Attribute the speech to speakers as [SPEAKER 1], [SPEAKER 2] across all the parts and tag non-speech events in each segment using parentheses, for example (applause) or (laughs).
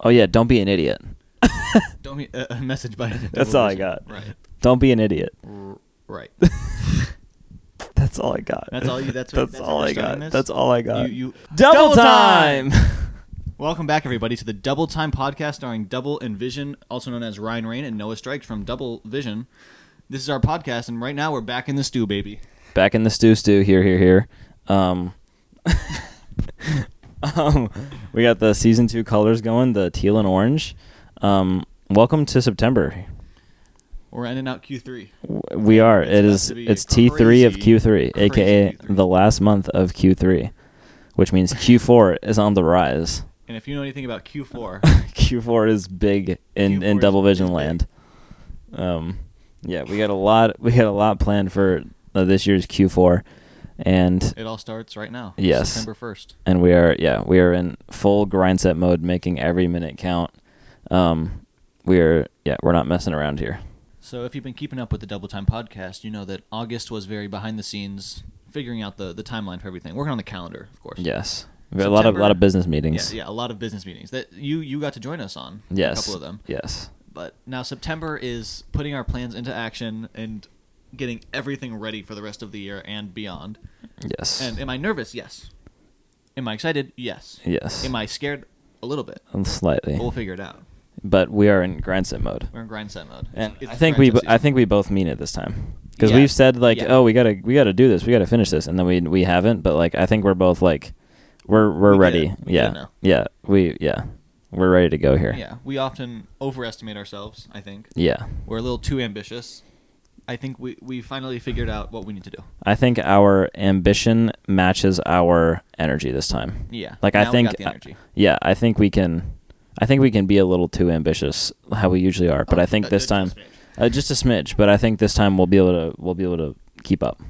[SPEAKER 1] Oh yeah, don't be an idiot.
[SPEAKER 2] Don't be a a (laughs) message by. the
[SPEAKER 1] That's
[SPEAKER 2] devil
[SPEAKER 1] all I
[SPEAKER 2] is-
[SPEAKER 1] got.
[SPEAKER 2] Right.
[SPEAKER 1] Don't be an idiot.
[SPEAKER 2] R- right.
[SPEAKER 1] (laughs) That's all I got.
[SPEAKER 2] That's all you- that's
[SPEAKER 1] that's,
[SPEAKER 2] what- that's
[SPEAKER 1] all
[SPEAKER 2] what
[SPEAKER 1] I
[SPEAKER 2] you're starting
[SPEAKER 1] got.
[SPEAKER 2] this?
[SPEAKER 1] That's all (laughs) I got.
[SPEAKER 2] You, you.
[SPEAKER 1] Double,
[SPEAKER 2] Double
[SPEAKER 1] time. (laughs)
[SPEAKER 2] Welcome back, everybody, to the Double Time Podcast, starring Double and Vision, also known as Ryan Rain and Noah Strikes from Double Vision. This is our podcast, and right now we're back in the stew, baby.
[SPEAKER 1] Back in the stew, stew. Here, here, here. Um, (laughs) um, we got the season two colors going, the teal and orange. Um, welcome to September.
[SPEAKER 2] We're ending out Q3.
[SPEAKER 1] W- We are.
[SPEAKER 2] It's
[SPEAKER 1] It
[SPEAKER 2] about
[SPEAKER 1] is.
[SPEAKER 2] to be
[SPEAKER 1] It's
[SPEAKER 2] a
[SPEAKER 1] T three of
[SPEAKER 2] crazy-
[SPEAKER 1] Q three,
[SPEAKER 2] crazy
[SPEAKER 1] aka
[SPEAKER 2] Q3.
[SPEAKER 1] the last month of Q three, which means Q four is on the rise.
[SPEAKER 2] And if you know anything
[SPEAKER 1] (laughs)
[SPEAKER 2] about Q4,
[SPEAKER 1] Q four is big in
[SPEAKER 2] Q4
[SPEAKER 1] in
[SPEAKER 2] is-
[SPEAKER 1] Double Vision
[SPEAKER 2] is big.
[SPEAKER 1] land. Um, yeah, we got a lot. We got a lot planned for uh, this year's Q four, and
[SPEAKER 2] it all starts right now.
[SPEAKER 1] Yes.
[SPEAKER 2] September 1st.
[SPEAKER 1] and we are yeah we are in full grind set mode, making every minute count. Um, we are yeah we're not messing around here.
[SPEAKER 2] So, if you've been keeping up with the Double Time podcast, you know that August was very behind the scenes, figuring out the, the timeline for everything, working on the calendar, of course.
[SPEAKER 1] Yes, we got a lot of
[SPEAKER 2] September-
[SPEAKER 1] lot of business
[SPEAKER 2] Yeah,
[SPEAKER 1] meetings.
[SPEAKER 2] yeah, a lot of business meetings that you you got to join us on.
[SPEAKER 1] Yes,
[SPEAKER 2] a couple of them.
[SPEAKER 1] Yes,
[SPEAKER 2] But now September is putting our plans into action and getting everything ready for the rest of the year and beyond.
[SPEAKER 1] yes,
[SPEAKER 2] And am I nervous? Yes. Am I excited? Yes.
[SPEAKER 1] yes.
[SPEAKER 2] Am I scared? A little bit.
[SPEAKER 1] slightly,
[SPEAKER 2] But we'll figure it out.
[SPEAKER 1] but we are in grind set mode.
[SPEAKER 2] We're in grind set mode.
[SPEAKER 1] And
[SPEAKER 2] It's-
[SPEAKER 1] I
[SPEAKER 2] it's
[SPEAKER 1] think
[SPEAKER 2] grind
[SPEAKER 1] we,
[SPEAKER 2] set
[SPEAKER 1] bo- I
[SPEAKER 2] season.
[SPEAKER 1] think we both mean it this time because
[SPEAKER 2] Yeah.
[SPEAKER 1] we've said like,
[SPEAKER 2] Yeah.
[SPEAKER 1] oh, we gotta, we gotta do this, we gotta finish this, and then we, we haven't. But like, I think we're both like, we're, we're
[SPEAKER 2] We get
[SPEAKER 1] ready.
[SPEAKER 2] it. We get
[SPEAKER 1] yeah,
[SPEAKER 2] it now.
[SPEAKER 1] yeah, we, yeah, we're ready to go here.
[SPEAKER 2] Yeah, we often overestimate ourselves. I think
[SPEAKER 1] yeah.
[SPEAKER 2] we're a little too ambitious. I think we we finally figured out what we need to do.
[SPEAKER 1] I think our ambition matches our energy this time.
[SPEAKER 2] Yeah,
[SPEAKER 1] Like
[SPEAKER 2] now
[SPEAKER 1] I
[SPEAKER 2] we
[SPEAKER 1] think,
[SPEAKER 2] got the energy.
[SPEAKER 1] yeah, I think we can, I think we can be a little too ambitious how we usually are. But
[SPEAKER 2] Oh,
[SPEAKER 1] I think
[SPEAKER 2] uh,
[SPEAKER 1] this
[SPEAKER 2] just a
[SPEAKER 1] time,
[SPEAKER 2] smidge.
[SPEAKER 1] uh, just a smidge. But I think this time we'll be able to, we'll be able to keep up.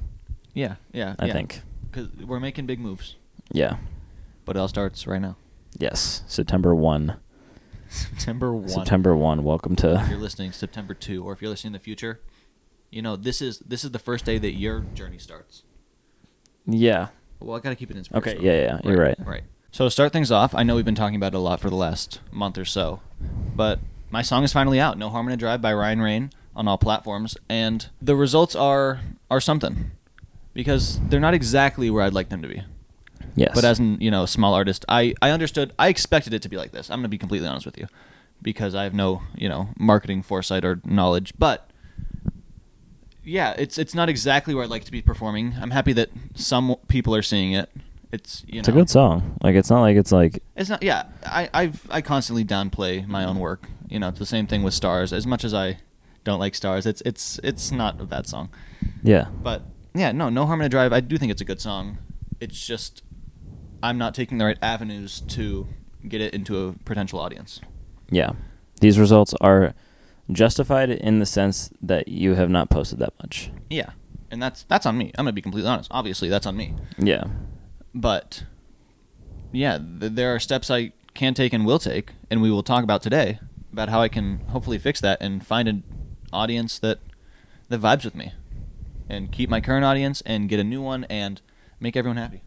[SPEAKER 2] Yeah, yeah.
[SPEAKER 1] I think.
[SPEAKER 2] because we're making big moves,
[SPEAKER 1] Yeah.
[SPEAKER 2] but it all starts right now.
[SPEAKER 1] Yes, September one.
[SPEAKER 2] September one.
[SPEAKER 1] September one. Welcome
[SPEAKER 2] If you're
[SPEAKER 1] to.
[SPEAKER 2] listening, September two, or if you're listening in the future, you know this is this is the first day that your journey starts.
[SPEAKER 1] Yeah.
[SPEAKER 2] Well, I gotta keep it
[SPEAKER 1] Okay,
[SPEAKER 2] inspirational.
[SPEAKER 1] yeah, yeah, you're right.
[SPEAKER 2] Right. So to start things off, I know we've been talking about it a lot for the last month or so, but my song is finally out, "No Harm in a Drive" by Ryan Rain on all platforms, and the results are are something because they're not exactly where I'd like them to be.
[SPEAKER 1] Yes.
[SPEAKER 2] But as an you know small artist, I I understood, I expected it to be like this. I'm gonna be completely honest with you, because I have no you know marketing foresight or knowledge, but. Yeah, it's it's not exactly where I'd like to be performing. I'm happy that some people are seeing it. It's you know
[SPEAKER 1] it's a good song. Like it's not like it's like
[SPEAKER 2] it's not. Yeah, I I've, I constantly downplay my own work. You know, it's the same thing with stars. As much as I don't like stars, it's it's it's not a bad song.
[SPEAKER 1] yeah.
[SPEAKER 2] But yeah, no, no harm in a drive. I do think it's a good song. It's just I'm not taking the right avenues to get it into a potential audience.
[SPEAKER 1] Yeah. These results are justified in the sense that you have not posted that much.
[SPEAKER 2] Yeah, and that's that's on me. I'm gonna be completely honest. Obviously, that's on me.
[SPEAKER 1] Yeah.
[SPEAKER 2] But yeah, th- there are steps I can take and will take, and we will talk about today about how I can hopefully fix that and find an audience that that vibes with me, and keep my current audience and get a new one and make everyone happy.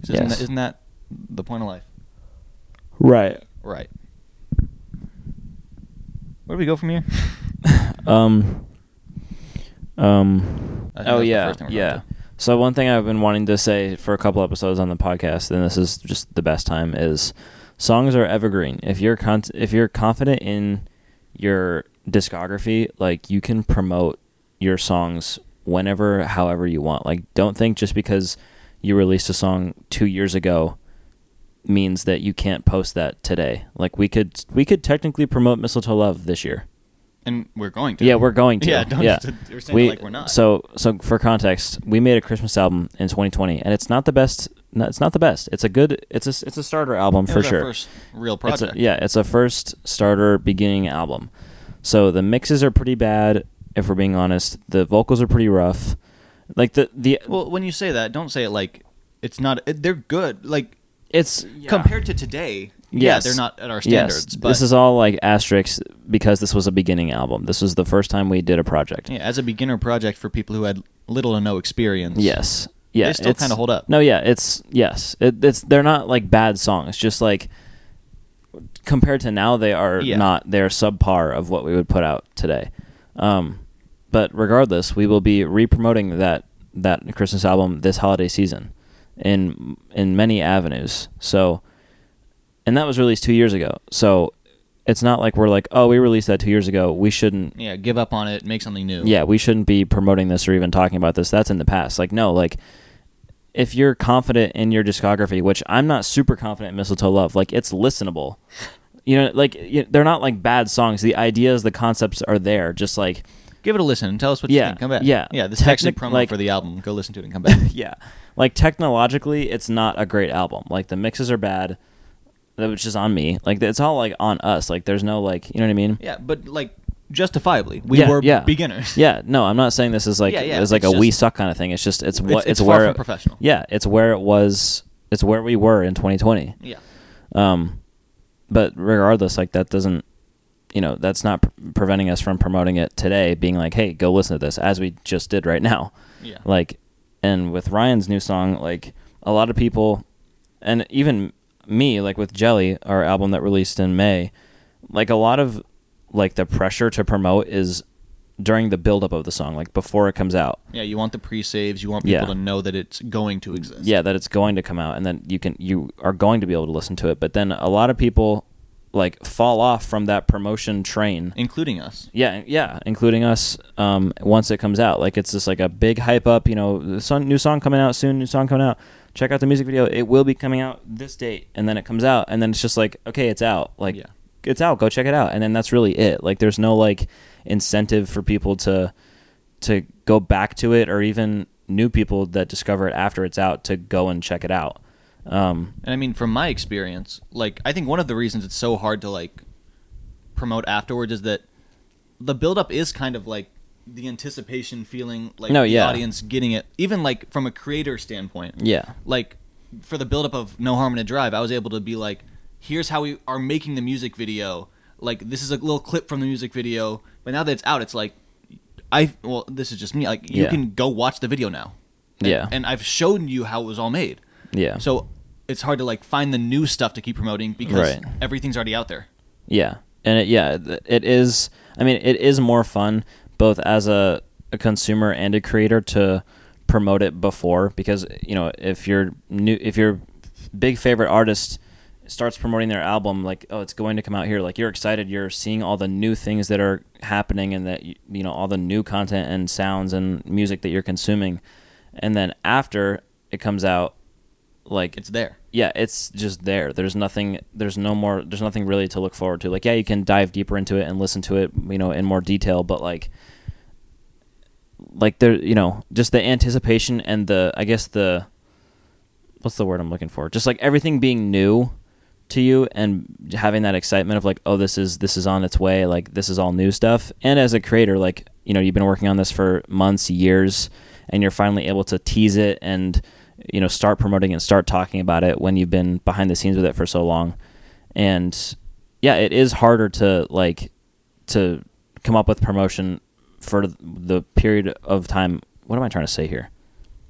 [SPEAKER 2] 'Cause Isn't,
[SPEAKER 1] Yes.
[SPEAKER 2] that, isn't that the point of life?
[SPEAKER 1] Right.
[SPEAKER 2] Right. Where do we go from here?
[SPEAKER 1] Um. Um.
[SPEAKER 2] I think
[SPEAKER 1] Oh
[SPEAKER 2] that's the
[SPEAKER 1] yeah,
[SPEAKER 2] first thing we're going
[SPEAKER 1] yeah.
[SPEAKER 2] to.
[SPEAKER 1] So one thing I've been wanting to say for a couple episodes on the podcast, and this is just the best time, is songs are evergreen. If you're con- if you're confident in your discography, like you can promote your songs whenever, however you want. Like, don't think just because you released a song two years ago means that you can't post that today. Like, we could we could technically promote Mistletoe Love this year.
[SPEAKER 2] and we're going to.
[SPEAKER 1] Yeah, we're going to.
[SPEAKER 2] (laughs) Yeah, don't
[SPEAKER 1] yeah.
[SPEAKER 2] We're saying it like we're not.
[SPEAKER 1] So, so for context, we made a Christmas album in 2020, and it's not the best. No, it's not the best. It's a good. It's a it's a starter album
[SPEAKER 2] It
[SPEAKER 1] for
[SPEAKER 2] was our
[SPEAKER 1] sure.
[SPEAKER 2] first real
[SPEAKER 1] It's a-
[SPEAKER 2] project.
[SPEAKER 1] yeah, it's a first starter beginning album. So the mixes are pretty bad. If we're being honest, the vocals are pretty rough. Like the the
[SPEAKER 2] Well, when you say that, don't say it like it's not. It, they're good. Like
[SPEAKER 1] it's
[SPEAKER 2] compared to today, yeah,
[SPEAKER 1] Yes.
[SPEAKER 2] they're not at our
[SPEAKER 1] Yes.
[SPEAKER 2] standards. But
[SPEAKER 1] this is all like asterisks because this was a beginning album. This was the first time we did a project.
[SPEAKER 2] yeah, as a beginner project for people who had little to no experience.
[SPEAKER 1] Yes. Yeah.
[SPEAKER 2] They still
[SPEAKER 1] it's-
[SPEAKER 2] kinda hold up.
[SPEAKER 1] No, yeah, it's yes. It, it's they're not like bad songs, just like compared to now they are
[SPEAKER 2] Yeah.
[SPEAKER 1] not they're subpar of what we would put out today um, but regardless we will be re-promoting that that christmas album this holiday season in in many avenues so and that was released two years ago so it's not like we're like oh we released that two years ago we shouldn't
[SPEAKER 2] Yeah, give up on it, make something new.
[SPEAKER 1] yeah, we shouldn't be promoting this or even talking about this. That's in the past. Like, no, like if you're confident in your discography, which I'm not super confident in Mistletoe Love, like it's listenable. You know, like y they're not like bad songs. The ideas, the concepts are there. Just like
[SPEAKER 2] Give it a listen and tell us what you
[SPEAKER 1] Yeah,
[SPEAKER 2] think. Come back.
[SPEAKER 1] yeah.
[SPEAKER 2] Yeah, this is actually
[SPEAKER 1] Technic-
[SPEAKER 2] promo
[SPEAKER 1] like-
[SPEAKER 2] for the album. Go listen to it and come back.
[SPEAKER 1] (laughs) yeah, like technologically, it's not a great album. Like the mixes are bad. That was just on me. Like it's all like on us. Like there's no like you know what I mean.
[SPEAKER 2] yeah, but like justifiably, we
[SPEAKER 1] Yeah,
[SPEAKER 2] were
[SPEAKER 1] yeah.
[SPEAKER 2] beginners.
[SPEAKER 1] Yeah, no, I'm not saying this is like
[SPEAKER 2] Yeah, yeah,
[SPEAKER 1] it's like
[SPEAKER 2] it's
[SPEAKER 1] a we
[SPEAKER 2] just-
[SPEAKER 1] suck kind of thing. It's just it's
[SPEAKER 2] It's-
[SPEAKER 1] what it's,
[SPEAKER 2] it's far
[SPEAKER 1] where
[SPEAKER 2] from professional.
[SPEAKER 1] Yeah, it's where it was. It's where we were in 2020.
[SPEAKER 2] Yeah.
[SPEAKER 1] Um, but regardless, like that doesn't, you know, that's not pre- preventing us from promoting it today. Being like, hey, go listen to this, as we just did right now.
[SPEAKER 2] (laughs) Yeah.
[SPEAKER 1] Like, and with Ryan's new song, like a lot of people, and even me, like with Jelly, our album that released in May, like a lot of like the pressure to promote is during the buildup of the song, like before it comes out.
[SPEAKER 2] Yeah, you want the pre-saves. You want people
[SPEAKER 1] Yeah.
[SPEAKER 2] to know that it's going to exist.
[SPEAKER 1] yeah that it's going to come out and then you can you are going to be able to listen to it but then a lot of people like fall off from that promotion train
[SPEAKER 2] Including us.
[SPEAKER 1] yeah yeah including us um once it comes out like it's just like a big hype up you know the son, new song coming out soon new song coming out check out the music video it will be coming out this date and then it comes out and then it's just like okay it's out like
[SPEAKER 2] Yeah.
[SPEAKER 1] it's out go check it out and then that's really it like there's no like incentive for people to to go back to it or even new people that discover it after it's out to go and check it out um
[SPEAKER 2] And I mean, from my experience, like I think one of the reasons it's so hard to like promote afterwards is that the buildup is kind of like the anticipation feeling, like
[SPEAKER 1] No,
[SPEAKER 2] the
[SPEAKER 1] yeah.
[SPEAKER 2] audience getting it, even like from a creator standpoint.
[SPEAKER 1] yeah
[SPEAKER 2] Like for the buildup of No Harm in a Drive, I was able to be like, here's how we are making the music video. Like this is a little clip from the music video, but now that it's out, it's like I well, this is just me. Like you
[SPEAKER 1] Yeah.
[SPEAKER 2] can go watch the video now. And-
[SPEAKER 1] Yeah.
[SPEAKER 2] And I've shown you how it was all made.
[SPEAKER 1] yeah
[SPEAKER 2] So it's hard to like find the new stuff to keep promoting because
[SPEAKER 1] Right.
[SPEAKER 2] everything's already out there.
[SPEAKER 1] Yeah, and it, yeah, th- it is. I mean, it is more fun both as a, a consumer and a creator to promote it before because you know if your new if your big favorite artist starts promoting their album like oh it's going to come out here like you're excited you're seeing all the new things that are happening and that y- you know all the new content and sounds and music that you're consuming and then after it comes out like
[SPEAKER 2] It's there.
[SPEAKER 1] yeah, it's just there. There's nothing. There's no more. There's nothing really to look forward to. Like, yeah, you can dive deeper into it and listen to it, you know, in more detail. But like, like there, you know, just the anticipation and the, I guess the, what's the word I'm looking for? Just like everything being new to you and having that excitement of like, oh, this is this is on its way. Like this is all new stuff. And as a creator, like you know, you've been working on this for months, years, and you're finally able to tease it and you know start promoting and start talking about it when you've been behind the scenes with it for so long. And yeah, it is harder to like to come up with promotion for the period of time. What am I trying to say here?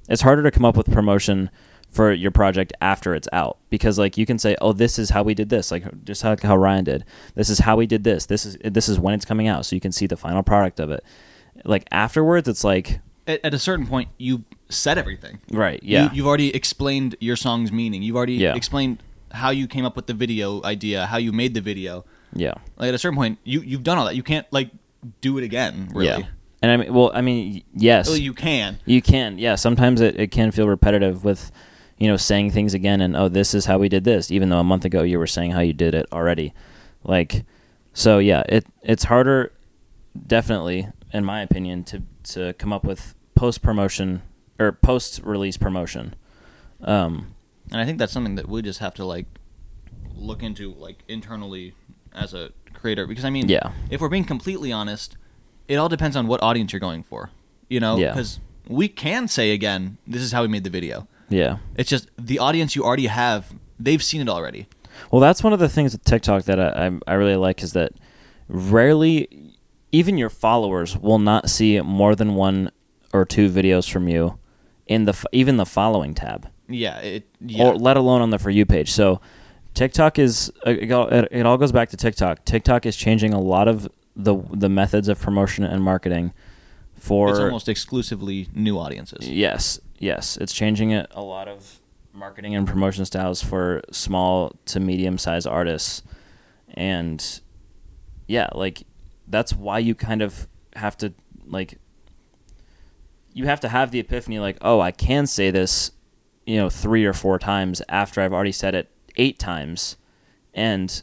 [SPEAKER 1] It's harder to come up with promotion for your project after it's out because like you can say, "Oh, this is how we did this," like just how, how Ryan did. This is how we did this. This is this is when it's coming out, so you can see the final product of it. Like afterwards, it's like
[SPEAKER 2] At, at a certain point, you said everything.
[SPEAKER 1] right, yeah,
[SPEAKER 2] You, you've already explained your song's meaning. You've already
[SPEAKER 1] Yeah.
[SPEAKER 2] explained how you came up with the video idea, how you made the video.
[SPEAKER 1] yeah.
[SPEAKER 2] Like at a certain point, you you've done all that. You can't like do it again, really.
[SPEAKER 1] Yeah. And I mean, well, I mean, y- yes,
[SPEAKER 2] Well, you can.
[SPEAKER 1] You can, yeah. Sometimes it, it can feel repetitive with, you know, saying things again and, oh, this is how we did this, even though a month ago you were saying how you did it already. Like, so yeah, it it's harder, definitely, in my opinion, to, to come up with post promotion or post release promotion. Um,
[SPEAKER 2] And I think that's something that we just have to like look into like internally as a creator because I mean,
[SPEAKER 1] Yeah.
[SPEAKER 2] if we're being completely honest, it all depends on what audience you're going for. You know,
[SPEAKER 1] Yeah.
[SPEAKER 2] cuz we can say again, this is how we made the video.
[SPEAKER 1] yeah.
[SPEAKER 2] It's just the audience you already have, they've seen it already.
[SPEAKER 1] Well, that's one of the things with TikTok that I, I, I really like is that rarely, even your followers will not see more than one or two videos from you in the f- even the following tab,
[SPEAKER 2] Yeah, it yeah.
[SPEAKER 1] or let alone on the for you page. So TikTok is uh, it all it all goes back to TikTok. TikTok is changing a lot of the the methods of promotion and marketing for
[SPEAKER 2] it's almost exclusively new audiences.
[SPEAKER 1] Yes, yes, it's changing it a lot of marketing and promotion styles for small to medium sized artists, and yeah, like that's why you kind of have to like you have to have the epiphany like oh I can say this you know three or four times after I've already said it eight times, and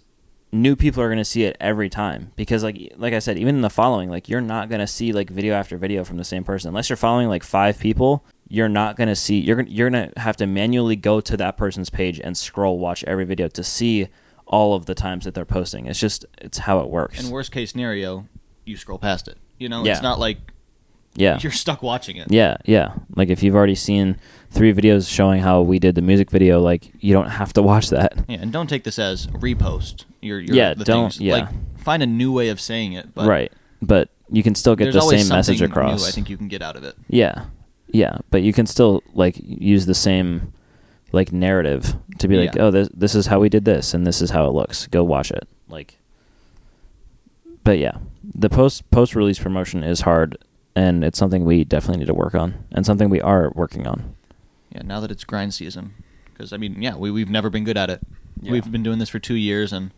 [SPEAKER 1] new people are going to see it every time because like like I said even in the following like you're not going to see like video after video from the same person unless you're following like 5 people you're not going to see you're gonna, you're going to have to manually go to that person's page and scroll watch every video to see all of the times that they're posting it's just it's how it works
[SPEAKER 2] And worst case scenario, you scroll past it. You know,
[SPEAKER 1] Yeah.
[SPEAKER 2] it's not like
[SPEAKER 1] yeah
[SPEAKER 2] you're stuck watching it.
[SPEAKER 1] yeah yeah like if you've already seen three videos showing how we did the music video like you don't have to watch that
[SPEAKER 2] Yeah, and don't take this as repost. Your, your
[SPEAKER 1] Yeah,
[SPEAKER 2] the
[SPEAKER 1] don't-
[SPEAKER 2] Things.
[SPEAKER 1] yeah.
[SPEAKER 2] Like, find a new way of saying it. But
[SPEAKER 1] right but you can still get
[SPEAKER 2] There's
[SPEAKER 1] the
[SPEAKER 2] always
[SPEAKER 1] same message
[SPEAKER 2] something
[SPEAKER 1] across
[SPEAKER 2] New I think you can get out of it.
[SPEAKER 1] Yeah. Yeah, but you can still like use the same like narrative to be like,
[SPEAKER 2] Yeah.
[SPEAKER 1] "Oh, this this is how we did this and this is how it looks. Go watch it." Like But yeah, the post post release promotion is hard and it's something we definitely need to work on and something we are working on.
[SPEAKER 2] Yeah, now that it's grind season, because I mean, yeah, we we've never been good at it.
[SPEAKER 1] Yeah.
[SPEAKER 2] We've been doing this for two years, and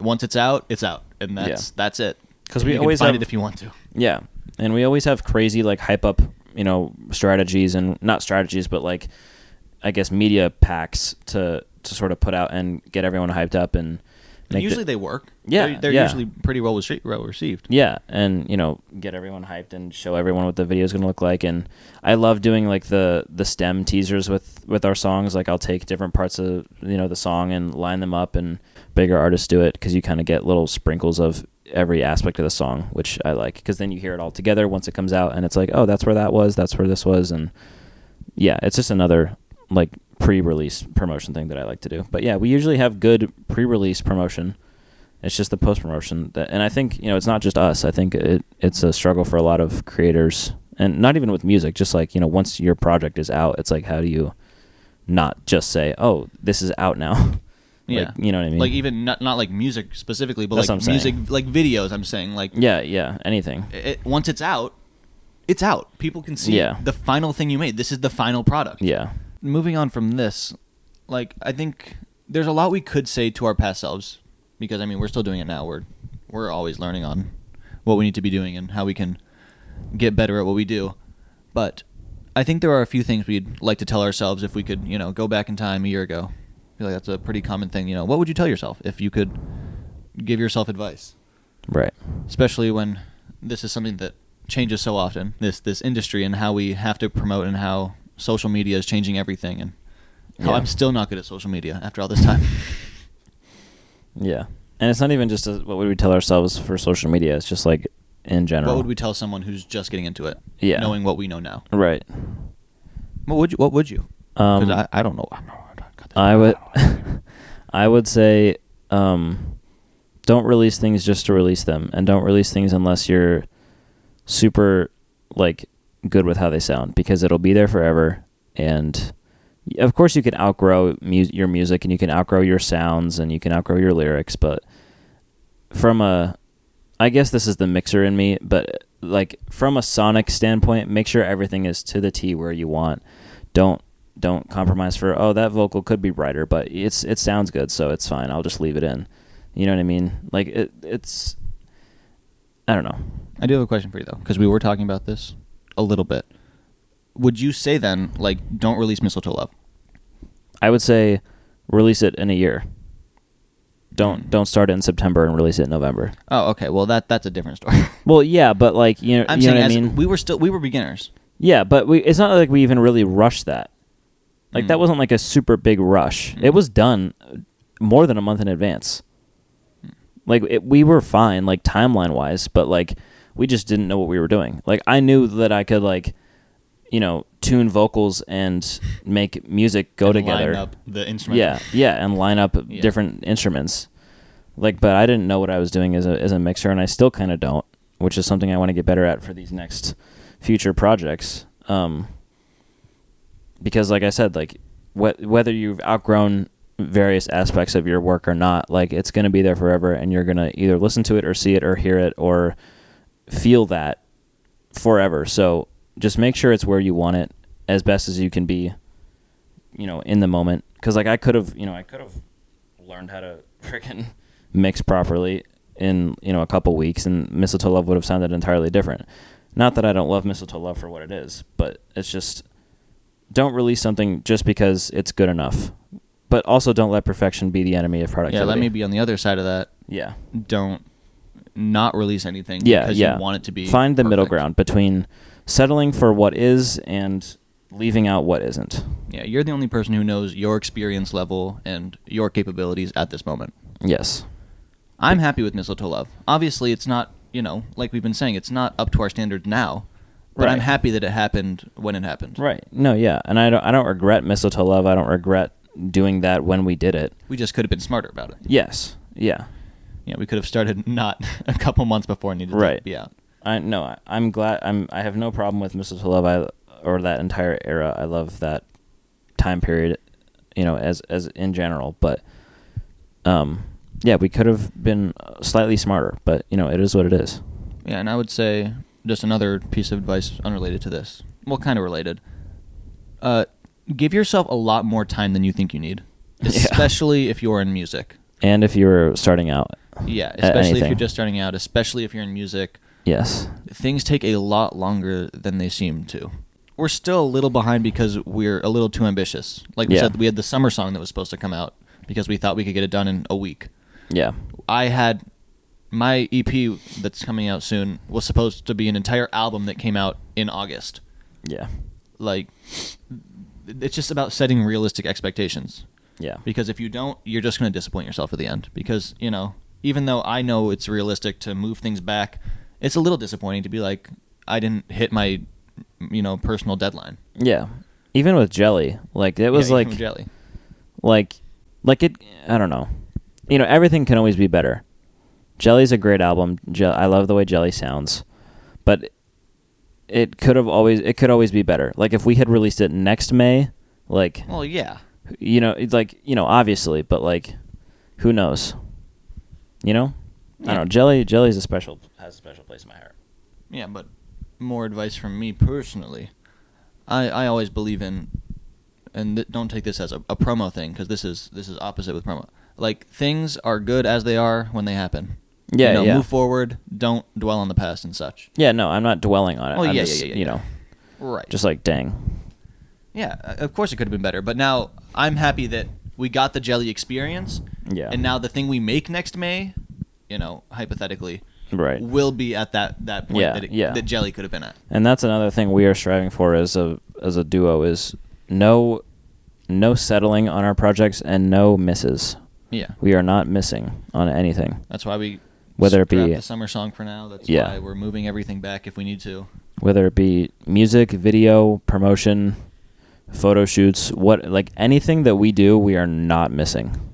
[SPEAKER 2] once it's out, it's out, and
[SPEAKER 1] Yeah.
[SPEAKER 2] that's that's it.
[SPEAKER 1] 'Cause
[SPEAKER 2] And
[SPEAKER 1] we
[SPEAKER 2] you
[SPEAKER 1] always
[SPEAKER 2] can find
[SPEAKER 1] have-
[SPEAKER 2] it if you want to.
[SPEAKER 1] Yeah. And we always have crazy like hype up, you know, strategies and not strategies, but like I guess media packs to to sort of put out and get everyone hyped up and
[SPEAKER 2] And
[SPEAKER 1] make the-
[SPEAKER 2] usually they work.
[SPEAKER 1] Yeah,
[SPEAKER 2] they're, they're
[SPEAKER 1] yeah.
[SPEAKER 2] usually pretty well, rece- well received.
[SPEAKER 1] Yeah, and you know, get everyone hyped and show everyone what the video is going to look like. And I love doing like the the stem teasers with with our songs. Like I'll take different parts of you know the song and line them up, and bigger artists do it because you kind of get little sprinkles of every aspect of the song, which I like because then you hear it all together once it comes out, and it's like, oh, that's where that was, that's where this was, and yeah, it's just another like pre-release promotion thing that I like to do. But yeah, we usually have good pre-release promotion. It's just the post promotion that, and I think you know it's not just us. I think it it's a struggle for a lot of creators, and not even with music. Just like you know, once your project is out, it's like how do you not just say, "Oh, this is out now." (laughs)
[SPEAKER 2] Yeah,
[SPEAKER 1] like, you know what I mean.
[SPEAKER 2] Like even not not like music specifically, but
[SPEAKER 1] That's
[SPEAKER 2] like
[SPEAKER 1] what I'm
[SPEAKER 2] music
[SPEAKER 1] saying.
[SPEAKER 2] like videos. I'm saying like
[SPEAKER 1] yeah, yeah, anything.
[SPEAKER 2] it, once it's out, it's out. People can see
[SPEAKER 1] Yeah.
[SPEAKER 2] the final thing you made. This is the final product.
[SPEAKER 1] Yeah,
[SPEAKER 2] Moving on from this, like I think there's a lot we could say to our past selves because I mean we're still doing it now. We're we're always learning on what we need to be doing and how we can get better at what we do. But I think there are a few things we'd like to tell ourselves if we could, you know, go back in time a year ago. I feel like that's a pretty common thing, you know. What would you tell yourself if you could give yourself advice?
[SPEAKER 1] right.
[SPEAKER 2] especially when this is something that changes so often. This this industry and how we have to promote and how social media is changing everything and how
[SPEAKER 1] Yeah.
[SPEAKER 2] I'm still not good at social media after all this
[SPEAKER 1] (laughs)
[SPEAKER 2] time.
[SPEAKER 1] Yeah, and it's not even just a, what would we tell ourselves for social media. It's just like in general.
[SPEAKER 2] what would we tell someone who's just getting into it?
[SPEAKER 1] Yeah.
[SPEAKER 2] knowing what we know now.
[SPEAKER 1] Right.
[SPEAKER 2] What would you? What would you?
[SPEAKER 1] Um,
[SPEAKER 2] Because I, I don't know. I'm not, I got this-
[SPEAKER 1] I would,
[SPEAKER 2] don't know.
[SPEAKER 1] (laughs) I would say, um, don't release things just to release them, and don't release things unless you're super like good with how they sound, because it'll be there forever. And y- of course, you can outgrow mu- your music, and you can outgrow your sounds, and you can outgrow your lyrics. But from a, I guess this is the mixer in me, but like from a sonic standpoint, make sure everything is to the T where you want. Don't don't compromise for oh that vocal could be brighter but it's it sounds good so it's fine i'll just leave it in you know what i mean like it, it's i don't know
[SPEAKER 2] I do have a question for you though, because we were talking about this a little bit. Would you say then, like, don't release mistletoe love?
[SPEAKER 1] i would say release it in a year don't don't start it in september and release it in november
[SPEAKER 2] Oh, okay. Well, that that's a different story.
[SPEAKER 1] well yeah but like you know,
[SPEAKER 2] (laughs) I'm
[SPEAKER 1] you know
[SPEAKER 2] saying
[SPEAKER 1] what i
[SPEAKER 2] as
[SPEAKER 1] mean
[SPEAKER 2] we were still we were beginners.
[SPEAKER 1] yeah but we it's not like we even really rushed that like that
[SPEAKER 2] Mm.
[SPEAKER 1] wasn't like a super big rush it
[SPEAKER 2] Mm.
[SPEAKER 1] was done uh, more than a month in advance
[SPEAKER 2] Mm.
[SPEAKER 1] like it, we were fine like timeline wise but like we just didn't know what we were doing like i knew that i could like you know tune vocals and make music go
[SPEAKER 2] and
[SPEAKER 1] together
[SPEAKER 2] Line up the instrument.
[SPEAKER 1] yeah yeah and line up
[SPEAKER 2] Yeah.
[SPEAKER 1] different instruments like but i didn't know what i was doing as a, as a mixer and i still kind of don't which is something i want to get better at for these next future projects um because like i said like wh- whether you've outgrown various aspects of your work or not, like it's going to be there forever, and you're going to either listen to it or see it or hear it or feel that forever. So just make sure it's where you want it as best as you can be, you know, in the moment. Because like I could have, you know, I could have learned how to (laughs) freaking mix properly in you know a couple weeks, and Mistletoe Love would have sounded entirely different. Not that I don't love Mistletoe Love for what it is, but it's just don't release something just because it's good enough. But also don't let perfection be the enemy of productivity.
[SPEAKER 2] Yeah, let me be on the other side of that.
[SPEAKER 1] Yeah.
[SPEAKER 2] Don't not release anything
[SPEAKER 1] Yeah,
[SPEAKER 2] because
[SPEAKER 1] yeah.
[SPEAKER 2] you want it to be
[SPEAKER 1] find the middle
[SPEAKER 2] perfect.
[SPEAKER 1] ground between settling for what is and leaving out what isn't.
[SPEAKER 2] Yeah, you're the only person who knows your experience level and your capabilities at this moment.
[SPEAKER 1] Yes.
[SPEAKER 2] I'm happy with Mistletoe Love. Obviously, it's not, you know, like we've been saying, it's not up to our standards now, but I'm
[SPEAKER 1] Right.
[SPEAKER 2] happy that it happened when it happened.
[SPEAKER 1] Right. No, yeah. And I don't I don't regret mistletoe love. I don't regret doing that when we did it.
[SPEAKER 2] We just could have been smarter about it.
[SPEAKER 1] Yes. Yeah.
[SPEAKER 2] Yeah, we could have started (laughs) not a couple months before it needed
[SPEAKER 1] Right.
[SPEAKER 2] to be out.
[SPEAKER 1] I no, I, I'm glad I'm I have no problem with mistletoe love I or that entire era. I love that time period, you know, as as in general, but um yeah, we could have been slightly smarter, but you know, it is what it is.
[SPEAKER 2] Yeah, and I would say just another piece of advice unrelated to this. Well, kind of related. Uh, give yourself a lot more time than you think you need,
[SPEAKER 1] (laughs) Yeah.
[SPEAKER 2] especially if you're in music.
[SPEAKER 1] And if you're starting out.
[SPEAKER 2] Yeah,
[SPEAKER 1] at
[SPEAKER 2] especially
[SPEAKER 1] Uh,
[SPEAKER 2] if
[SPEAKER 1] anything.
[SPEAKER 2] you're just starting out, especially if you're in music.
[SPEAKER 1] Yes.
[SPEAKER 2] Things take a lot longer than they seem to. We're still a little behind because we're a little too ambitious. Like we
[SPEAKER 1] Yeah.
[SPEAKER 2] said, we had the summer song that was supposed to come out because we thought we could get it done in a week.
[SPEAKER 1] Yeah.
[SPEAKER 2] I had my EP that's coming out soon was supposed to be an entire album that came out in August.
[SPEAKER 1] Yeah.
[SPEAKER 2] Like it's just about setting realistic expectations
[SPEAKER 1] Yeah.
[SPEAKER 2] because if you don't, you're just going to disappoint yourself at the end because, you know, even though I know it's realistic to move things back, it's a little disappointing to be like I didn't hit my you know, personal deadline.
[SPEAKER 1] Yeah. Even with jelly, like it was
[SPEAKER 2] Yeah,
[SPEAKER 1] like
[SPEAKER 2] jelly.
[SPEAKER 1] like like it I don't know. You know, everything can always be better. Jelly's a great album. Jel- I love the way Jelly sounds. But it could have always it could always be better. Like if we had released it next May, like
[SPEAKER 2] Well, yeah.
[SPEAKER 1] you know, it's like, you know, obviously, but like who knows? You know? I don't know. Jelly Jelly's a special has a special place in my heart.
[SPEAKER 2] Yeah, but more advice from me personally. I I always believe in, and th- don't take this as a, a promo thing because this is this is opposite with promo. Like things are good as they are when they happen.
[SPEAKER 1] Yeah,
[SPEAKER 2] you know,
[SPEAKER 1] yeah.
[SPEAKER 2] Move forward. Don't dwell on the past and such.
[SPEAKER 1] Yeah, no, I'm not dwelling on it.
[SPEAKER 2] Oh,
[SPEAKER 1] I'm
[SPEAKER 2] yeah,
[SPEAKER 1] just,
[SPEAKER 2] yeah, yeah,
[SPEAKER 1] you
[SPEAKER 2] yeah.
[SPEAKER 1] know,
[SPEAKER 2] Right.
[SPEAKER 1] just like dang.
[SPEAKER 2] yeah. uh, Of course, it could have been better, but now I'm happy that we got the jelly experience.
[SPEAKER 1] Yeah.
[SPEAKER 2] And now the thing we make next May, you know, hypothetically,
[SPEAKER 1] Right.
[SPEAKER 2] will be at that that point
[SPEAKER 1] Yeah,
[SPEAKER 2] that it,
[SPEAKER 1] yeah.
[SPEAKER 2] that jelly could have been at.
[SPEAKER 1] And that's another thing we are striving for as a as a duo is no no settling on our projects and no misses.
[SPEAKER 2] Yeah.
[SPEAKER 1] We are not missing on anything.
[SPEAKER 2] That's why we
[SPEAKER 1] Whether it
[SPEAKER 2] scrapped
[SPEAKER 1] be-
[SPEAKER 2] the summer song for now. That's
[SPEAKER 1] Yeah.
[SPEAKER 2] why we're moving everything back if we need to.
[SPEAKER 1] Whether it be music, video, promotion, photo shoots, what like anything that we do, we are not missing.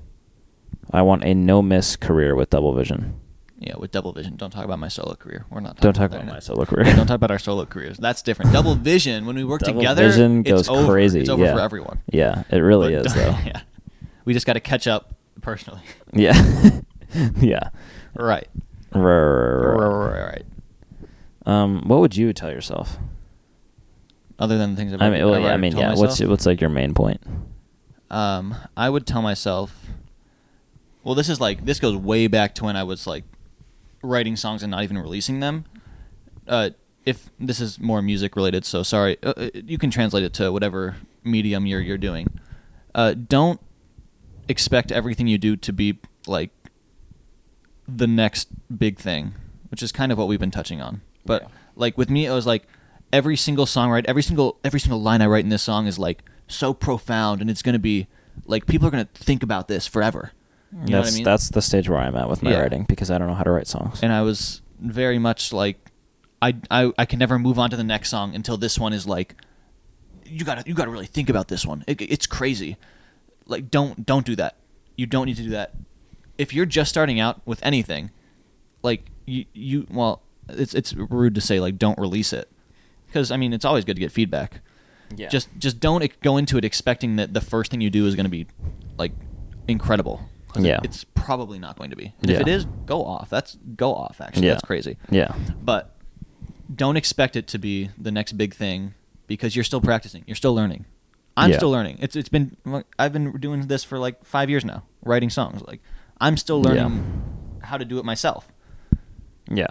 [SPEAKER 1] I want a no miss career with Double Vision.
[SPEAKER 2] Yeah, with double vision. Don't talk about my solo career. We're not. Talking
[SPEAKER 1] Don't talk
[SPEAKER 2] that
[SPEAKER 1] about
[SPEAKER 2] now.
[SPEAKER 1] my solo career.
[SPEAKER 2] Yeah, don't talk about our solo careers.
[SPEAKER 1] (laughs)
[SPEAKER 2] That's different. Double vision. When we work
[SPEAKER 1] Double
[SPEAKER 2] together,
[SPEAKER 1] Vision
[SPEAKER 2] it's
[SPEAKER 1] goes
[SPEAKER 2] over.
[SPEAKER 1] crazy.
[SPEAKER 2] It's over
[SPEAKER 1] yeah.
[SPEAKER 2] for everyone.
[SPEAKER 1] Yeah, it really
[SPEAKER 2] But (laughs)
[SPEAKER 1] is
[SPEAKER 2] don't-
[SPEAKER 1] though.
[SPEAKER 2] yeah. We just got to catch up
[SPEAKER 1] (laughs)
[SPEAKER 2] personally.
[SPEAKER 1] Yeah. yeah.
[SPEAKER 2] right.
[SPEAKER 1] Ruh, ruh, ruh, ruh.
[SPEAKER 2] Right. right.
[SPEAKER 1] Um, what would you tell yourself?
[SPEAKER 2] Other than the things I've
[SPEAKER 1] I mean,
[SPEAKER 2] already-
[SPEAKER 1] well,
[SPEAKER 2] I've
[SPEAKER 1] yeah, I
[SPEAKER 2] already
[SPEAKER 1] mean,
[SPEAKER 2] told
[SPEAKER 1] yeah. What's
[SPEAKER 2] myself.
[SPEAKER 1] what's like your main point?
[SPEAKER 2] Um, I would tell myself. Well, this is like this goes way back to when I was like writing songs and not even releasing them. Uh, if this is more music related, so sorry. Uh, Uh, you can translate it to whatever medium you're you're doing. Uh, don't expect everything you do to be like the next big thing, which is kind of what we've been touching on. But
[SPEAKER 1] Yeah.
[SPEAKER 2] like with me, it was like every single song I write, every single every single line I write in this song is like so profound, and it's gonna be like people are gonna think about this forever. You know what
[SPEAKER 1] that's
[SPEAKER 2] I mean?
[SPEAKER 1] that's the stage where I'm at with my
[SPEAKER 2] Yeah.
[SPEAKER 1] writing because I don't know how to write songs.
[SPEAKER 2] and I was very much like, I, I I can never move on to the next song until this one is like, you gotta you gotta really think about this one. It, it's crazy. Like don't don't do that. You don't need to do that. If you're just starting out with anything, like you you well, it's it's rude to say like don't release it, because I mean it's always good to get feedback.
[SPEAKER 1] yeah.
[SPEAKER 2] Just just don't ex- go into it expecting that the first thing you do is going to be like incredible. 'Cause
[SPEAKER 1] Yeah.
[SPEAKER 2] It, it's probably not going to be. And
[SPEAKER 1] Yeah.
[SPEAKER 2] If it is, go off. That's go off, actually.
[SPEAKER 1] Yeah.
[SPEAKER 2] That's crazy.
[SPEAKER 1] Yeah.
[SPEAKER 2] But don't expect it to be the next big thing because you're still practicing. You're still learning. I'm
[SPEAKER 1] Yeah.
[SPEAKER 2] still learning. It's it's been I've been doing this for like 5 years now, writing songs. Like I'm still
[SPEAKER 1] Yeah.
[SPEAKER 2] learning how to do it myself.
[SPEAKER 1] Yeah.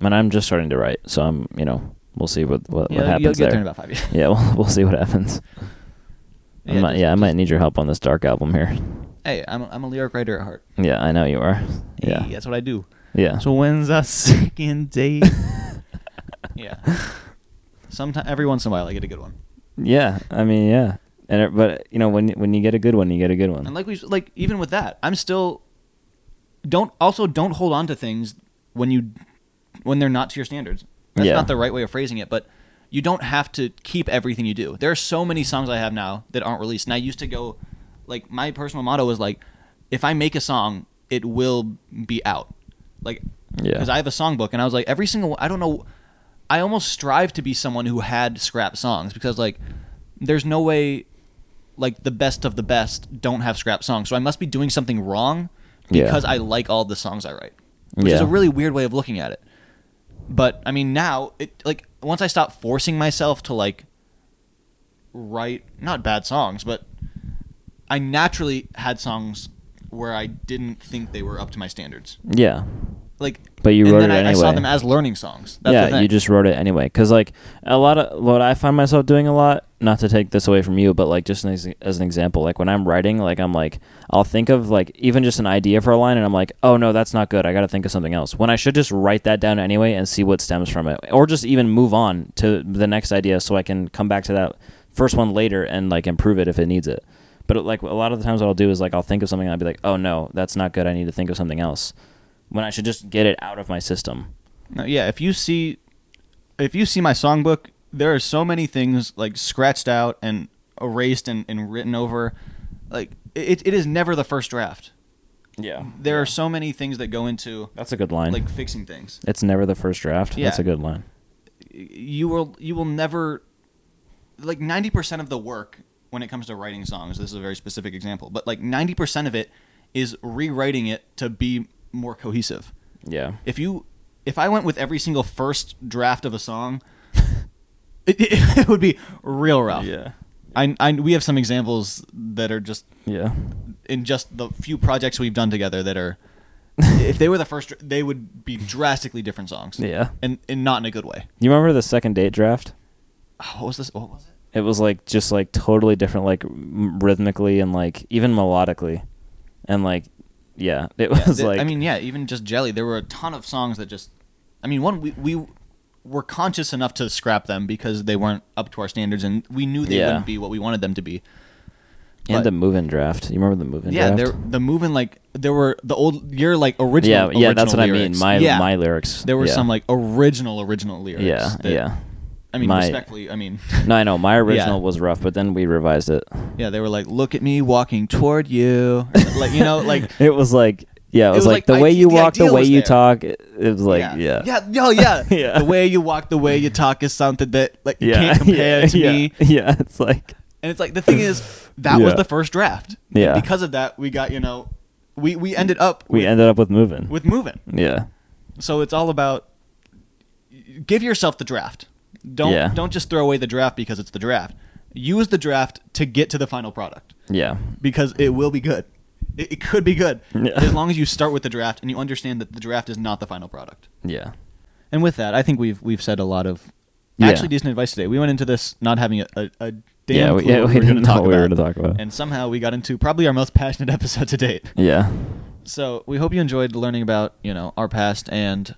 [SPEAKER 1] And I'm just starting to write, so I'm you know we'll see what what,
[SPEAKER 2] Yeah,
[SPEAKER 1] what
[SPEAKER 2] you'll
[SPEAKER 1] happens
[SPEAKER 2] get there
[SPEAKER 1] there.
[SPEAKER 2] in about five years.
[SPEAKER 1] Yeah, (laughs) we'll we'll see what happens. I
[SPEAKER 2] Yeah,
[SPEAKER 1] might-
[SPEAKER 2] just-
[SPEAKER 1] yeah, I might
[SPEAKER 2] just-
[SPEAKER 1] need your help on this dark album here.
[SPEAKER 2] Hey, I'm a, I'm a lyric writer at heart.
[SPEAKER 1] Yeah, I know you are. Yeah,
[SPEAKER 2] Hey, that's what I do.
[SPEAKER 1] yeah. (laughs)
[SPEAKER 2] So when's our second (laughs) date? yeah. Sometimes every once in a while I get a good one.
[SPEAKER 1] Yeah, I mean, yeah, and it, but you know when when you get a good one, you get a good one.
[SPEAKER 2] And like we like even with that, I'm still don't also don't hold on to things when you when they're not to your standards. That's
[SPEAKER 1] Yeah.
[SPEAKER 2] not the right way of phrasing it, but you don't have to keep everything you do. There are so many songs I have now that aren't released, and I used to go like my personal motto was like, if I make a song, it will be out. Like,
[SPEAKER 1] Yeah.
[SPEAKER 2] because I have a songbook, and I was like, every single I don't know, I almost strive to be someone who had scrap songs because like, there's no way like the best of the best don't have scrap songs. So I must be doing something wrong
[SPEAKER 1] Yeah.
[SPEAKER 2] because I like all the songs I write, which is
[SPEAKER 1] Yeah.
[SPEAKER 2] a really weird way of looking at it. But I mean, now it like once I stop forcing myself to like write not bad songs, but I naturally had songs where I didn't think they were up to my standards.
[SPEAKER 1] yeah,
[SPEAKER 2] Like,
[SPEAKER 1] But you
[SPEAKER 2] and
[SPEAKER 1] wrote
[SPEAKER 2] then
[SPEAKER 1] it
[SPEAKER 2] I, I saw
[SPEAKER 1] anyway.
[SPEAKER 2] them as learning songs. That's the
[SPEAKER 1] yeah.
[SPEAKER 2] thing.
[SPEAKER 1] You just wrote it anyway, because like a lot of what I find myself doing a lot. Not to take this away from you, but like just as, as an example, like when I'm writing, like I'm like I'll think of like even just an idea for a line, and I'm like, oh no, that's not good. I got to think of something else. When I should just write that down anyway and see what stems from it, or just even move on to the next idea so I can come back to that first one later and like improve it if it needs it. But like a lot of the times, what I'll do is like I'll think of something and I'll be like, "Oh no, that's not good. I need to think of something else." When I should just get it out of my system.
[SPEAKER 2] No, yeah, if you see, if you see my songbook, there are so many things like scratched out and erased and, and written over. Like it, it is never the first draft.
[SPEAKER 1] Yeah,
[SPEAKER 2] There are so many things that go into
[SPEAKER 1] that's a good line.
[SPEAKER 2] like fixing things.
[SPEAKER 1] it's never the first draft.
[SPEAKER 2] Yeah.
[SPEAKER 1] That's a good line.
[SPEAKER 2] You will you will never like ninety percent of the work when it comes to writing songs. This is a very specific example, but like ninety percent of it is rewriting it to be more cohesive.
[SPEAKER 1] Yeah,
[SPEAKER 2] if you if I went with every single first draft of
[SPEAKER 1] (laughs)
[SPEAKER 2] a song, it, it, would be real rough.
[SPEAKER 1] Yeah.
[SPEAKER 2] I, I we have some examples that are just
[SPEAKER 1] (laughs) yeah,
[SPEAKER 2] in just the few projects we've done together that are if they were the first they would be drastically different songs.
[SPEAKER 1] yeah.
[SPEAKER 2] And and not in a good way.
[SPEAKER 1] You remember the second date draft?
[SPEAKER 2] Oh, what was this? What
[SPEAKER 1] (laughs)
[SPEAKER 2] was it?
[SPEAKER 1] It was like just like totally different, like m- rhythmically and like even melodically, and like yeah, it was
[SPEAKER 2] Th-
[SPEAKER 1] like
[SPEAKER 2] I mean, yeah, even just Jelly, there were a ton of songs that just I mean, one we we were conscious enough to scrap them because they weren't up to our standards and we knew they
[SPEAKER 1] Yeah.
[SPEAKER 2] wouldn't be what we wanted them to be.
[SPEAKER 1] and
[SPEAKER 2] but-
[SPEAKER 1] the move-in draft. You remember the move-in
[SPEAKER 2] Yeah,
[SPEAKER 1] draft?
[SPEAKER 2] there the moving like there were the old your like original.
[SPEAKER 1] yeah, yeah. That's what I
[SPEAKER 2] original
[SPEAKER 1] mean.
[SPEAKER 2] lyrics.
[SPEAKER 1] My
[SPEAKER 2] Yeah.
[SPEAKER 1] my lyrics.
[SPEAKER 2] There were
[SPEAKER 1] yeah.
[SPEAKER 2] some like original original lyrics.
[SPEAKER 1] yeah
[SPEAKER 2] that-
[SPEAKER 1] yeah.
[SPEAKER 2] I mean,
[SPEAKER 1] My-
[SPEAKER 2] respectfully, I mean.
[SPEAKER 1] (laughs) No, I know my original
[SPEAKER 2] (laughs) Yeah.
[SPEAKER 1] was rough, but then we revised it.
[SPEAKER 2] Yeah, they were like, "Look at me walking toward
[SPEAKER 1] (laughs)
[SPEAKER 2] you," Or, like you know, like
[SPEAKER 1] It was like yeah, it was,
[SPEAKER 2] was
[SPEAKER 1] like,
[SPEAKER 2] like
[SPEAKER 1] the
[SPEAKER 2] I-
[SPEAKER 1] way you
[SPEAKER 2] the
[SPEAKER 1] walk, the
[SPEAKER 2] idea
[SPEAKER 1] way
[SPEAKER 2] was
[SPEAKER 1] you
[SPEAKER 2] there.
[SPEAKER 1] talk. It it was like yeah,
[SPEAKER 2] yeah, yeah, no, yeah.
[SPEAKER 1] (laughs) Yeah.
[SPEAKER 2] The way you walk, the way you talk is something that like you
[SPEAKER 1] Yeah, (laughs)
[SPEAKER 2] can't compare
[SPEAKER 1] yeah,
[SPEAKER 2] to
[SPEAKER 1] yeah,
[SPEAKER 2] me.
[SPEAKER 1] Yeah, it's like
[SPEAKER 2] And it's like the thing is that was
[SPEAKER 1] Yeah.
[SPEAKER 2] the first draft. And
[SPEAKER 1] Yeah.
[SPEAKER 2] because of that, we got you know, we we ended up
[SPEAKER 1] we
[SPEAKER 2] with,
[SPEAKER 1] ended up with moving.
[SPEAKER 2] with moving.
[SPEAKER 1] yeah,
[SPEAKER 2] So it's all about give yourself the draft. Don't
[SPEAKER 1] Yeah.
[SPEAKER 2] don't just throw away the draft because it's the draft. Use the draft to get to the final product
[SPEAKER 1] yeah,
[SPEAKER 2] because it will be good. It, it could be good
[SPEAKER 1] (laughs) Yeah.
[SPEAKER 2] as long as you start with the draft and you understand that the draft is not the final product.
[SPEAKER 1] yeah,
[SPEAKER 2] And with that, I think we've we've said a lot of
[SPEAKER 1] Yeah.
[SPEAKER 2] actually decent advice today. We went into this not having a, a, a damn
[SPEAKER 1] Yeah, we-
[SPEAKER 2] clue
[SPEAKER 1] yeah,
[SPEAKER 2] what
[SPEAKER 1] we
[SPEAKER 2] were gonna
[SPEAKER 1] didn't know
[SPEAKER 2] talk
[SPEAKER 1] what we were
[SPEAKER 2] about.
[SPEAKER 1] gonna talk about.
[SPEAKER 2] and somehow we got into probably our most passionate (laughs) episode to date.
[SPEAKER 1] yeah.
[SPEAKER 2] So we hope you enjoyed learning about you know our past and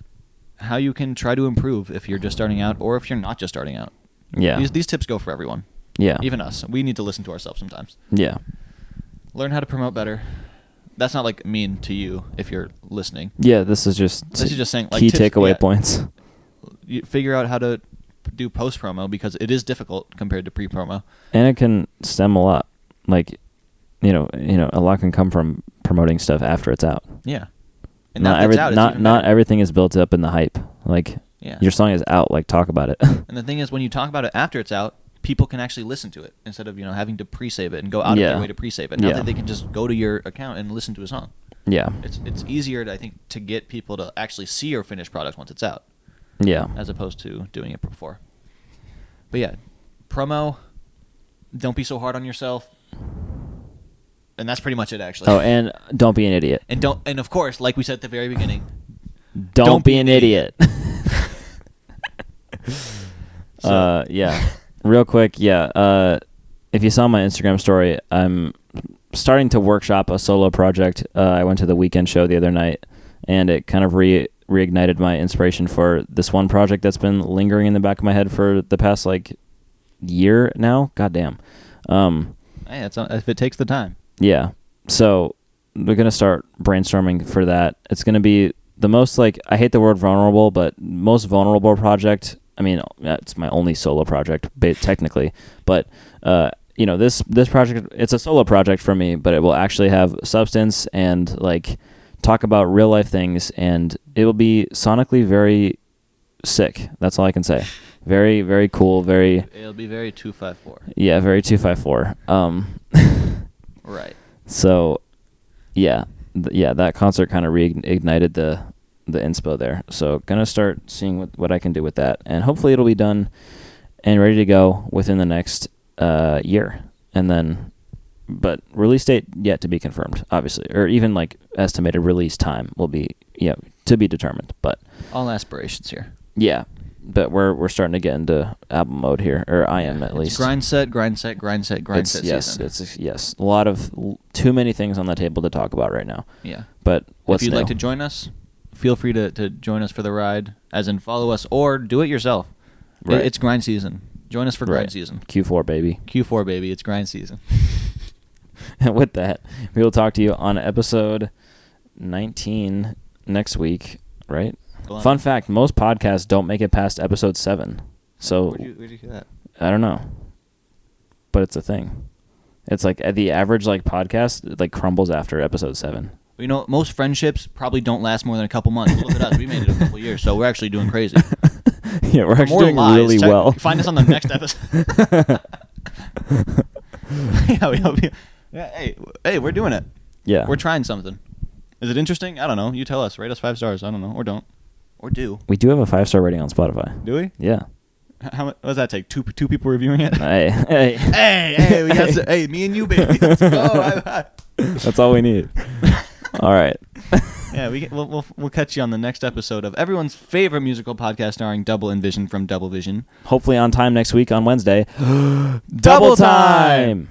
[SPEAKER 2] how you can try to improve if you're just starting out or if you're not just starting out.
[SPEAKER 1] Yeah.
[SPEAKER 2] These, these tips go for everyone.
[SPEAKER 1] Yeah.
[SPEAKER 2] Even us. We need to listen to ourselves sometimes.
[SPEAKER 1] Yeah.
[SPEAKER 2] Learn how to promote better. That's not like mean to you if you're listening.
[SPEAKER 1] Yeah. This is just
[SPEAKER 2] This is just saying, like,
[SPEAKER 1] key
[SPEAKER 2] tips-
[SPEAKER 1] takeaway
[SPEAKER 2] yeah.
[SPEAKER 1] points.
[SPEAKER 2] You figure out how to do post promo because it is difficult compared to pre promo.
[SPEAKER 1] and it can stem a lot like you know you know a lot can come from promoting stuff after it's out
[SPEAKER 2] Yeah.
[SPEAKER 1] not
[SPEAKER 2] now that it's
[SPEAKER 1] every,
[SPEAKER 2] out, it's
[SPEAKER 1] not
[SPEAKER 2] even
[SPEAKER 1] not
[SPEAKER 2] better.
[SPEAKER 1] everything is built up in the hype like
[SPEAKER 2] Yeah.
[SPEAKER 1] your song is out like talk about it
[SPEAKER 2] And the thing is, when you talk about it after it's out, people can actually listen to it instead of you know having to pre-save it and go out of
[SPEAKER 1] Yeah.
[SPEAKER 2] their way to pre-save it. Now
[SPEAKER 1] Yeah.
[SPEAKER 2] that they can just go to your account and listen to a song,
[SPEAKER 1] (laughs) Yeah.
[SPEAKER 2] it's it's easier, to, I think, to get people to actually see your finished product once it's out
[SPEAKER 1] Yeah.
[SPEAKER 2] as opposed to doing it before. But yeah, promo. Don't be so hard on yourself. And that's pretty much it, actually.
[SPEAKER 1] Oh, and don't be an idiot.
[SPEAKER 2] and don't and of course, like we said at the very beginning,
[SPEAKER 1] Don't,
[SPEAKER 2] Don't
[SPEAKER 1] be
[SPEAKER 2] be
[SPEAKER 1] an
[SPEAKER 2] an
[SPEAKER 1] idiot. (laughs) uh, yeah. Real quick, yeah. Uh, if you saw my Instagram story, I'm starting to workshop a solo project. Uh, I went to the weekend show the other night, and it kind of re reignited my inspiration for this one project that's been lingering in the back of my head for the past like year now. Goddamn. Um,
[SPEAKER 2] hey, that's uh, if it takes the time.
[SPEAKER 1] yeah. So we're gonna start brainstorming for that. It's gonna be the most like I hate the word vulnerable, but most vulnerable project. I mean, uh, it's my only solo project, ba- technically. But uh, you know, this this project it's a solo project for me, but it will actually have substance and like talk about real life things, and it will be sonically very sick. That's all I can say. Very very cool. Very
[SPEAKER 2] It'll be very two five four.
[SPEAKER 1] yeah. Very two five four. Um. (laughs)
[SPEAKER 2] Right.
[SPEAKER 1] So, yeah, th- yeah, that concert kind of reignited the the inspo there. So, gonna start seeing what what I can do with that, and hopefully it'll be done and ready to go within the next uh, year, and then. But release date yet to be confirmed, obviously, or even like estimated release time will be yeah to be determined. But
[SPEAKER 2] All aspirations here.
[SPEAKER 1] yeah, but we're we're starting to get into album mode here, or I am at
[SPEAKER 2] It's
[SPEAKER 1] least
[SPEAKER 2] grind set, grind set, grind set, grind
[SPEAKER 1] it's,
[SPEAKER 2] set.
[SPEAKER 1] yes,
[SPEAKER 2] season.
[SPEAKER 1] it's yes. A lot of l- too many things on the table to talk about right now.
[SPEAKER 2] yeah.
[SPEAKER 1] But what's
[SPEAKER 2] if you'd
[SPEAKER 1] new?
[SPEAKER 2] like to join us, feel free to, to join us for the ride, as in follow us or do it yourself. It-
[SPEAKER 1] Right.
[SPEAKER 2] it's grind season. Join us for grind
[SPEAKER 1] Right.
[SPEAKER 2] season.
[SPEAKER 1] Q4 baby. (laughs)
[SPEAKER 2] Q4 baby, it's grind season.
[SPEAKER 1] And with that, we will talk to you on episode 19 next week, right?
[SPEAKER 2] Go on.
[SPEAKER 1] Fun fact, most podcasts don't make it past episode 7. (laughs) So
[SPEAKER 2] Where'd you, where'd you hear that?
[SPEAKER 1] I don't know. But it's a thing. It's like uh, the average like podcast it, like crumbles after episode 7.
[SPEAKER 2] You know, most friendships probably don't last more than a couple months. Look at us; we made it a couple years, so we're actually doing crazy.
[SPEAKER 1] (laughs) yeah, we're
[SPEAKER 2] For
[SPEAKER 1] actually
[SPEAKER 2] more
[SPEAKER 1] doing
[SPEAKER 2] lies,
[SPEAKER 1] really
[SPEAKER 2] check-
[SPEAKER 1] well.
[SPEAKER 2] Find us on the next episode.
[SPEAKER 1] (laughs)
[SPEAKER 2] (laughs) yeah, we hope you. Yeah, hey, hey, we're doing it.
[SPEAKER 1] yeah.
[SPEAKER 2] We're trying something. Is it interesting? I don't know. You tell us. Rate us five stars. I don't know, or don't, or do.
[SPEAKER 1] we do have a 5-star rating on Spotify.
[SPEAKER 2] Do we?
[SPEAKER 1] Yeah.
[SPEAKER 2] H- How mu- what does that take? Two two people reviewing
[SPEAKER 1] (laughs)
[SPEAKER 2] it.
[SPEAKER 1] Hey, hey.
[SPEAKER 2] hey, hey, we
[SPEAKER 1] (laughs)
[SPEAKER 2] got s- hey, me and you, baby. Let's go. High five.
[SPEAKER 1] That's all we
[SPEAKER 2] (laughs)
[SPEAKER 1] need. all right. (laughs)
[SPEAKER 2] Yeah, we, we'll, we'll we'll catch you on the next episode of everyone's favorite musical podcast starring Double Envision from Double Vision.
[SPEAKER 1] (gasps)
[SPEAKER 2] (gasps)
[SPEAKER 1] Hopefully on time next week on Wednesday.
[SPEAKER 2] Double time!